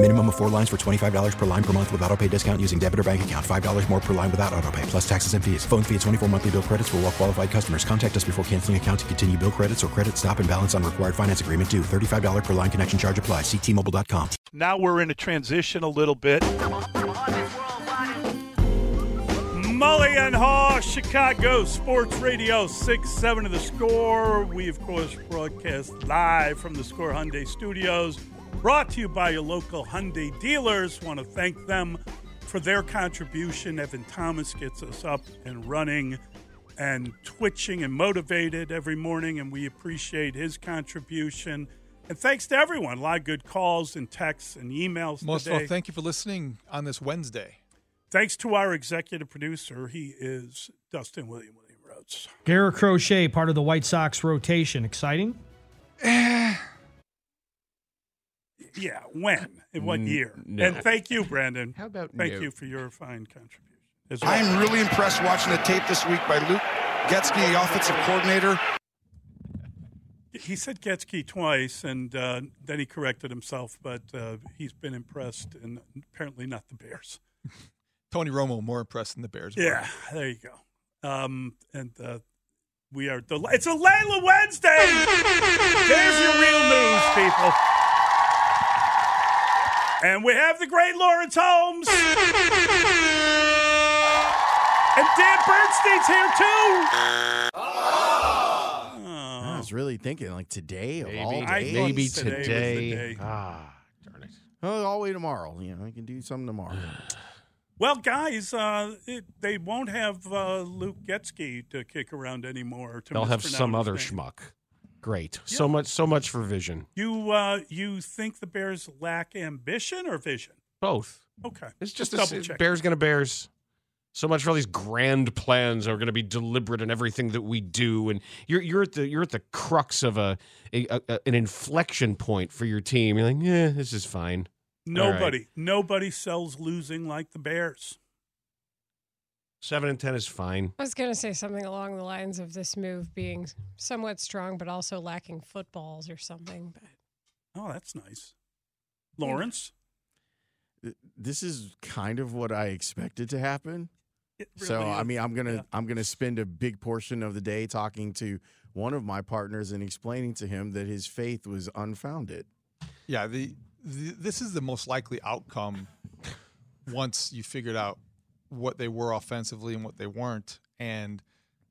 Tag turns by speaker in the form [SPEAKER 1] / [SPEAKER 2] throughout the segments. [SPEAKER 1] Minimum of four lines for $25 per line per month with auto pay discount using debit or bank account. $5 more per line without auto pay, plus taxes and fees. Phone fee at 24 monthly bill credits for all well qualified customers. Contact us before canceling account to continue bill credits or credit stop and balance on required finance agreement due. $35 per line connection charge applies. Ctmobile.com.
[SPEAKER 2] Now we're in a transition a little bit. Mully and Haw, Chicago Sports Radio, 6 7 of the score. We, of course, broadcast live from the Score Hyundai Studios. Brought to you by your local Hyundai dealers. Want to thank them for their contribution. Evan Thomas gets us up and running and twitching and motivated every morning, and we appreciate his contribution. And thanks to everyone. A lot of good calls and texts and emails
[SPEAKER 3] Most of
[SPEAKER 2] today.
[SPEAKER 3] all, thank you for listening on this Wednesday.
[SPEAKER 2] Thanks to our executive producer. He is Dustin William William Rhodes.
[SPEAKER 4] Garrett Crochet, part of the White Sox rotation. Exciting?
[SPEAKER 2] Yeah, when? In what year? And thank you, Brandon.
[SPEAKER 5] How about
[SPEAKER 2] thank
[SPEAKER 5] no?
[SPEAKER 2] you for your fine contribution. as well.
[SPEAKER 6] I'm really impressed watching the tape this week by Luke Getzky, the offensive coordinator.
[SPEAKER 2] He said Getzky twice, and uh, then he corrected himself. But uh, he's been impressed, and apparently not the Bears.
[SPEAKER 3] Tony Romo more impressed than the Bears. were.
[SPEAKER 2] Yeah, there you go. Um, and uh, we are del- it's a Layla Wednesday. There's your real news, people. And we have the great Lawrence Holmes. And Dan Bernstein's here too.
[SPEAKER 5] I was really thinking like today of all
[SPEAKER 2] I
[SPEAKER 5] days.
[SPEAKER 2] thought
[SPEAKER 5] Maybe
[SPEAKER 2] today was the day.
[SPEAKER 5] Ah, darn it. Oh, all the way tomorrow. You know, I can do something tomorrow.
[SPEAKER 2] Well, guys, uh, it, they won't have uh, Luke Getzky to kick around anymore. To
[SPEAKER 7] They'll have
[SPEAKER 2] mispronounce
[SPEAKER 7] some
[SPEAKER 2] his
[SPEAKER 7] other
[SPEAKER 2] name.
[SPEAKER 7] schmuck. Great. So much so much for vision.
[SPEAKER 2] You uh, you think the Bears lack ambition or vision?
[SPEAKER 7] Both.
[SPEAKER 2] Okay,
[SPEAKER 7] It's just
[SPEAKER 2] double
[SPEAKER 7] a,
[SPEAKER 2] check.
[SPEAKER 7] bears gonna bears. So much for all these grand plans are going to be deliberate in everything that we do, and you're you're at the you're at the crux of a, a, a an inflection point for your team. You're like, yeah, this is fine.
[SPEAKER 2] Nobody, nobody sells losing like the Bears.
[SPEAKER 7] Seven and ten is fine.
[SPEAKER 8] I was going to say something along the lines of this move being somewhat strong, but also lacking footballs or something. But
[SPEAKER 2] Oh, that's nice, Lawrence.
[SPEAKER 5] Th- This is kind of what I expected to happen.
[SPEAKER 2] it
[SPEAKER 5] so
[SPEAKER 2] really
[SPEAKER 5] I
[SPEAKER 2] is.
[SPEAKER 5] mean, I'm gonna
[SPEAKER 2] Yeah.
[SPEAKER 5] I'm gonna spend a big portion of the day talking to one of my partners and explaining to him that his faith was unfounded.
[SPEAKER 3] Yeah. The, the this is the most likely outcome once you figured out what they were offensively and what they weren't, and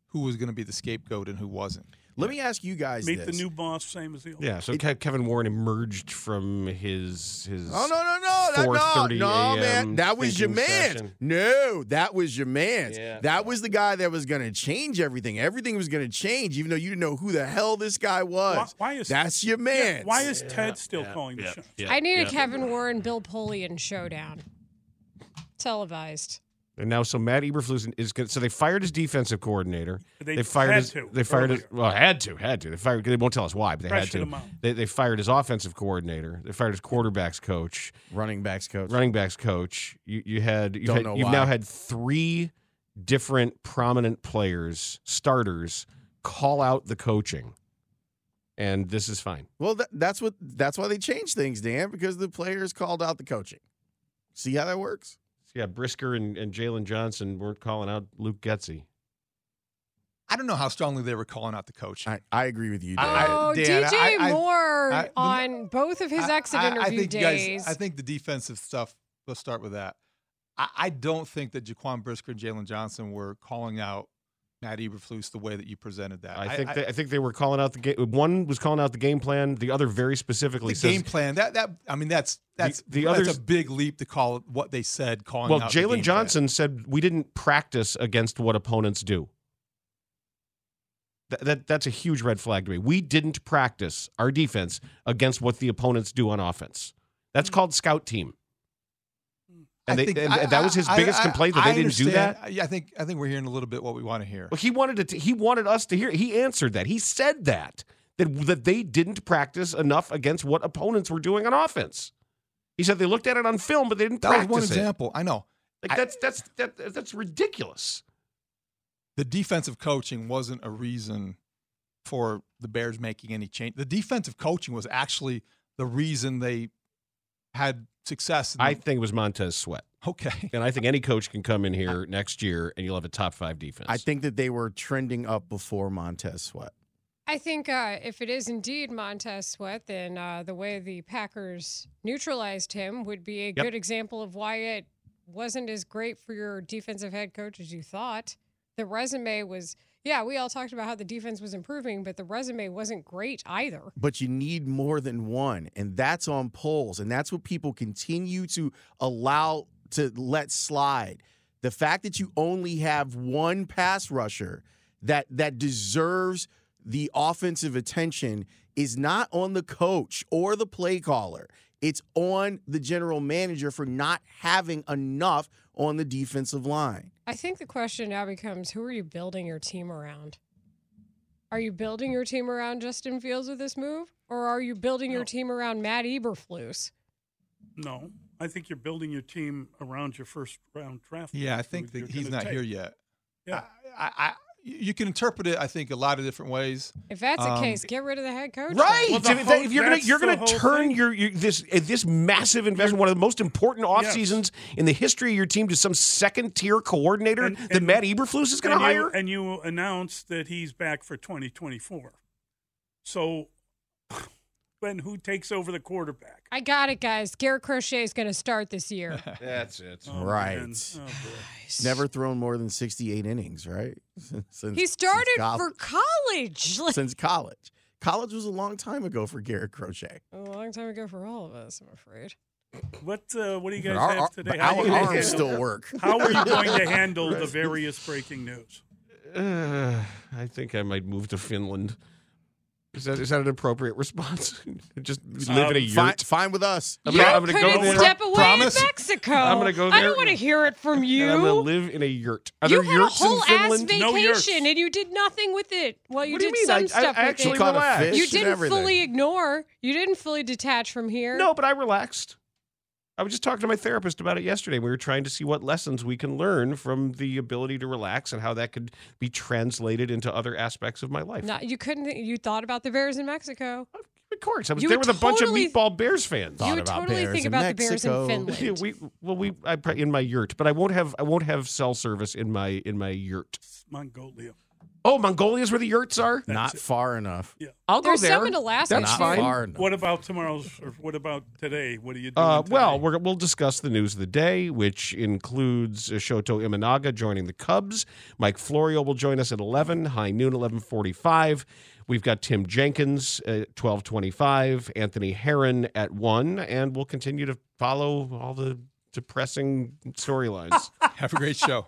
[SPEAKER 3] who was going to be the scapegoat and who wasn't.
[SPEAKER 5] Let me ask you guys
[SPEAKER 2] meet
[SPEAKER 5] this.
[SPEAKER 2] the new boss, same as the old.
[SPEAKER 7] Yeah. So Ke- Kevin Warren emerged from his his.
[SPEAKER 5] Oh no no no no no
[SPEAKER 7] 4:30
[SPEAKER 5] no man!
[SPEAKER 7] a.m.
[SPEAKER 5] That was your
[SPEAKER 7] thinking
[SPEAKER 5] man's.
[SPEAKER 7] session.
[SPEAKER 5] No, that was your man's.
[SPEAKER 7] Yeah.
[SPEAKER 5] That was the guy that was going to change everything. Everything was going to change, even though you didn't know who the hell this guy was.
[SPEAKER 2] Why- why is-
[SPEAKER 5] that's your
[SPEAKER 2] Yeah,
[SPEAKER 5] man?
[SPEAKER 2] why is Ted still calling the
[SPEAKER 7] Yeah,
[SPEAKER 2] shots?
[SPEAKER 7] yeah,
[SPEAKER 8] I need a
[SPEAKER 7] yeah.
[SPEAKER 8] Kevin Warren Bill Polian showdown, televised.
[SPEAKER 7] And now, so Matt Eberflus is good. So they fired his defensive coordinator.
[SPEAKER 2] They
[SPEAKER 7] fired
[SPEAKER 2] had
[SPEAKER 7] his.
[SPEAKER 2] to
[SPEAKER 7] they fired his.
[SPEAKER 2] earlier.
[SPEAKER 7] Well, had to, had to. They fired. They won't tell us why, but they
[SPEAKER 2] Pressured him
[SPEAKER 7] had
[SPEAKER 2] out.
[SPEAKER 7] to. They, they fired his offensive coordinator. They fired his quarterbacks coach,
[SPEAKER 5] Running backs coach.
[SPEAKER 7] running backs coach. You you had. You
[SPEAKER 5] Don't
[SPEAKER 7] had,
[SPEAKER 5] know
[SPEAKER 7] You've
[SPEAKER 5] why.
[SPEAKER 7] now had three different prominent players, starters, call out the coaching, and this is fine.
[SPEAKER 5] Well, that, that's what. That's why they changed things, Dan, because the players called out the coaching. See how that works?
[SPEAKER 7] So yeah, Brisker and, and Jalen Johnson weren't calling out Luke Getzey.
[SPEAKER 3] I don't know how strongly they were calling out the coach.
[SPEAKER 5] I, I agree with you, Dan.
[SPEAKER 3] I-
[SPEAKER 8] Oh,
[SPEAKER 3] Dan,
[SPEAKER 8] DJ
[SPEAKER 3] I- I-
[SPEAKER 8] Moore
[SPEAKER 3] I- the-
[SPEAKER 8] on both of his
[SPEAKER 3] I-
[SPEAKER 8] exit
[SPEAKER 3] I- I
[SPEAKER 8] interview
[SPEAKER 3] think you guys-
[SPEAKER 8] days.
[SPEAKER 3] I think the defensive stuff, let's start with that. I, I don't think that Jaquan Brisker and Jalen Johnson were calling out Matt Eberflus the way that you presented that.
[SPEAKER 7] I think they, I think they were calling out the game. One was calling out the game plan. The other very specifically
[SPEAKER 3] the
[SPEAKER 7] says
[SPEAKER 3] game plan that that I mean that's that's
[SPEAKER 7] the
[SPEAKER 3] the, other that's
[SPEAKER 7] others-
[SPEAKER 3] a big leap to call it what they said calling
[SPEAKER 7] Well,
[SPEAKER 3] out the
[SPEAKER 7] Jalen
[SPEAKER 3] game
[SPEAKER 7] Johnson said we didn't practice against what opponents do. That, that that's a huge red flag to me. We didn't practice our defense against what the opponents do on offense. That's called scout team.
[SPEAKER 3] I
[SPEAKER 7] And, they,
[SPEAKER 3] think-
[SPEAKER 7] and
[SPEAKER 3] Hmm. I-
[SPEAKER 7] that was his
[SPEAKER 3] I-
[SPEAKER 7] biggest
[SPEAKER 3] I-
[SPEAKER 7] complaint that
[SPEAKER 3] I
[SPEAKER 7] they didn't do
[SPEAKER 3] understand.
[SPEAKER 7] that.
[SPEAKER 3] I, I think I think we're hearing a little bit what we want to hear.
[SPEAKER 7] Well, he wanted it to, he wanted us to hear. it. He answered that. He said that that that they didn't practice enough against what opponents were doing on offense. He said they looked at it on film, but they didn't
[SPEAKER 3] That was
[SPEAKER 7] practice
[SPEAKER 3] one
[SPEAKER 7] it.
[SPEAKER 3] example. I know.
[SPEAKER 7] Like that's that's that, that's ridiculous.
[SPEAKER 3] The defensive coaching wasn't a reason for the Bears making any change. The defensive coaching was actually the reason they had success. in
[SPEAKER 7] I
[SPEAKER 3] the-
[SPEAKER 7] think it was Montez Sweat.
[SPEAKER 3] Okay.
[SPEAKER 7] And I think any coach can come in here next year and you'll have a top five defense.
[SPEAKER 5] I think that they were trending up before Montez Sweat.
[SPEAKER 8] I think uh, if it is indeed Montez Sweat, then uh, the way the Packers neutralized him would be a good example of why it wasn't as great for your defensive head coach as you thought. The resume was, yeah, we all talked about how the defense was improving, but the resume wasn't great either.
[SPEAKER 5] But you need more than one, and that's on polls, and that's what people continue to allow to let slide. The fact that you only have one pass rusher that that deserves the offensive attention is not on the coach or the play caller. It's on the general manager for not having enough on the defensive line.
[SPEAKER 8] I think the question now becomes who are you building your team around? Are you building your team around Justin Fields with this move, or are you building your team around Matt Eberflus?
[SPEAKER 2] No, I think you're building your team around your first round draft.
[SPEAKER 3] Yeah, I
[SPEAKER 2] pick
[SPEAKER 3] think
[SPEAKER 2] who
[SPEAKER 3] that
[SPEAKER 2] you're
[SPEAKER 3] he's
[SPEAKER 2] gonna
[SPEAKER 3] not
[SPEAKER 2] take.
[SPEAKER 3] here yet.
[SPEAKER 2] Yeah.
[SPEAKER 3] I, I you can interpret it. I think a lot of different ways.
[SPEAKER 8] If that's the
[SPEAKER 3] Um,
[SPEAKER 8] case, get rid of the head coach.
[SPEAKER 7] Right.
[SPEAKER 8] then.
[SPEAKER 7] if, if you're gonna you're gonna turn your, your this uh, this massive investment, one of the most important off seasons in the history of your team, to some second tier coordinator that Matt Eberflus is gonna
[SPEAKER 2] and
[SPEAKER 7] hire.
[SPEAKER 2] You, and you announced that he's back for 2024. So then who takes over the quarterback?
[SPEAKER 8] I got it, guys. Garrett Crochet is going to start this year.
[SPEAKER 7] That's it.
[SPEAKER 5] right.
[SPEAKER 8] boy.
[SPEAKER 5] Never thrown more than 68 innings, right? Since, since-
[SPEAKER 8] he started
[SPEAKER 5] since col-
[SPEAKER 8] for college. Like,
[SPEAKER 5] since college. College was a long time ago for Garrett Crochet.
[SPEAKER 8] a long time ago for all of us, I'm afraid.
[SPEAKER 2] What uh, what do you guys
[SPEAKER 5] Our- our-
[SPEAKER 2] have today?
[SPEAKER 5] but
[SPEAKER 2] How
[SPEAKER 5] our
[SPEAKER 2] are you
[SPEAKER 5] arms
[SPEAKER 2] handle-
[SPEAKER 5] still work.
[SPEAKER 2] How are you going to handle the various breaking news?
[SPEAKER 7] Uh, I think I might move to Finland. Is that is that an appropriate response? Just live in a
[SPEAKER 5] Um,
[SPEAKER 7] yurt.
[SPEAKER 5] fine- fine with us.
[SPEAKER 7] I'm
[SPEAKER 8] you
[SPEAKER 7] gonna- I'm gonna
[SPEAKER 8] couldn't
[SPEAKER 7] go there.
[SPEAKER 8] step away
[SPEAKER 7] Promise?
[SPEAKER 8] in Mexico.
[SPEAKER 7] I'm gonna go
[SPEAKER 8] I
[SPEAKER 7] there.
[SPEAKER 8] don't want to hear it from you.
[SPEAKER 7] And I'm gonna live in a yurt. Are
[SPEAKER 8] you
[SPEAKER 7] there
[SPEAKER 8] had a
[SPEAKER 7] yurts
[SPEAKER 8] whole
[SPEAKER 7] in
[SPEAKER 8] ass
[SPEAKER 7] Finland?
[SPEAKER 8] vacation and you did nothing with it. Well, you
[SPEAKER 7] What do you
[SPEAKER 8] did
[SPEAKER 7] mean?
[SPEAKER 8] some
[SPEAKER 7] I- I
[SPEAKER 8] stuff with
[SPEAKER 7] actually
[SPEAKER 8] it.
[SPEAKER 7] Caught a relaxed. fish
[SPEAKER 8] You
[SPEAKER 7] and
[SPEAKER 8] didn't
[SPEAKER 7] everything.
[SPEAKER 8] fully ignore. You didn't fully detach from here.
[SPEAKER 7] No, but I relaxed. I was just talking to my therapist about it yesterday. We were trying to see what lessons we can learn from the ability to relax and how that could be translated into other aspects of my life.
[SPEAKER 8] Not- you couldn't. You thought about the bears in Mexico.
[SPEAKER 7] of course, I was
[SPEAKER 8] you
[SPEAKER 7] there
[SPEAKER 8] would
[SPEAKER 7] with a bunch of
[SPEAKER 8] totally-
[SPEAKER 7] meatball Bears fans.
[SPEAKER 8] you would totally think about the bears in
[SPEAKER 7] Yeah,
[SPEAKER 8] Finland.
[SPEAKER 7] we well we I pr- in my yurt, but I won't have I won't have cell service in my in my yurt.
[SPEAKER 2] Mongolia.
[SPEAKER 7] Oh, Mongolia's where the yurts are.
[SPEAKER 5] Not far enough.
[SPEAKER 7] I'll go
[SPEAKER 8] There's
[SPEAKER 7] there.
[SPEAKER 8] some in Alaska,
[SPEAKER 7] That's
[SPEAKER 8] too.
[SPEAKER 7] fine.
[SPEAKER 5] Far enough.
[SPEAKER 2] What about tomorrow's? Or what about today? What are you doing?
[SPEAKER 7] Uh, well, we're, we'll discuss the news of the day, which includes uh, Shoto Imanaga joining the Cubs. Mike Florio will join us at 11, high noon, 1145. We've got Tim Jenkins at 1225, Anthony Herron at 1, and we'll continue to follow all the depressing storylines.
[SPEAKER 3] Have a great show.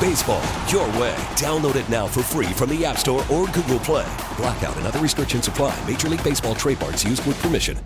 [SPEAKER 9] Baseball, your way. Download it now for free from the App Store or Google Play. Blackout and other restrictions apply. Major League Baseball trademarks used with permission.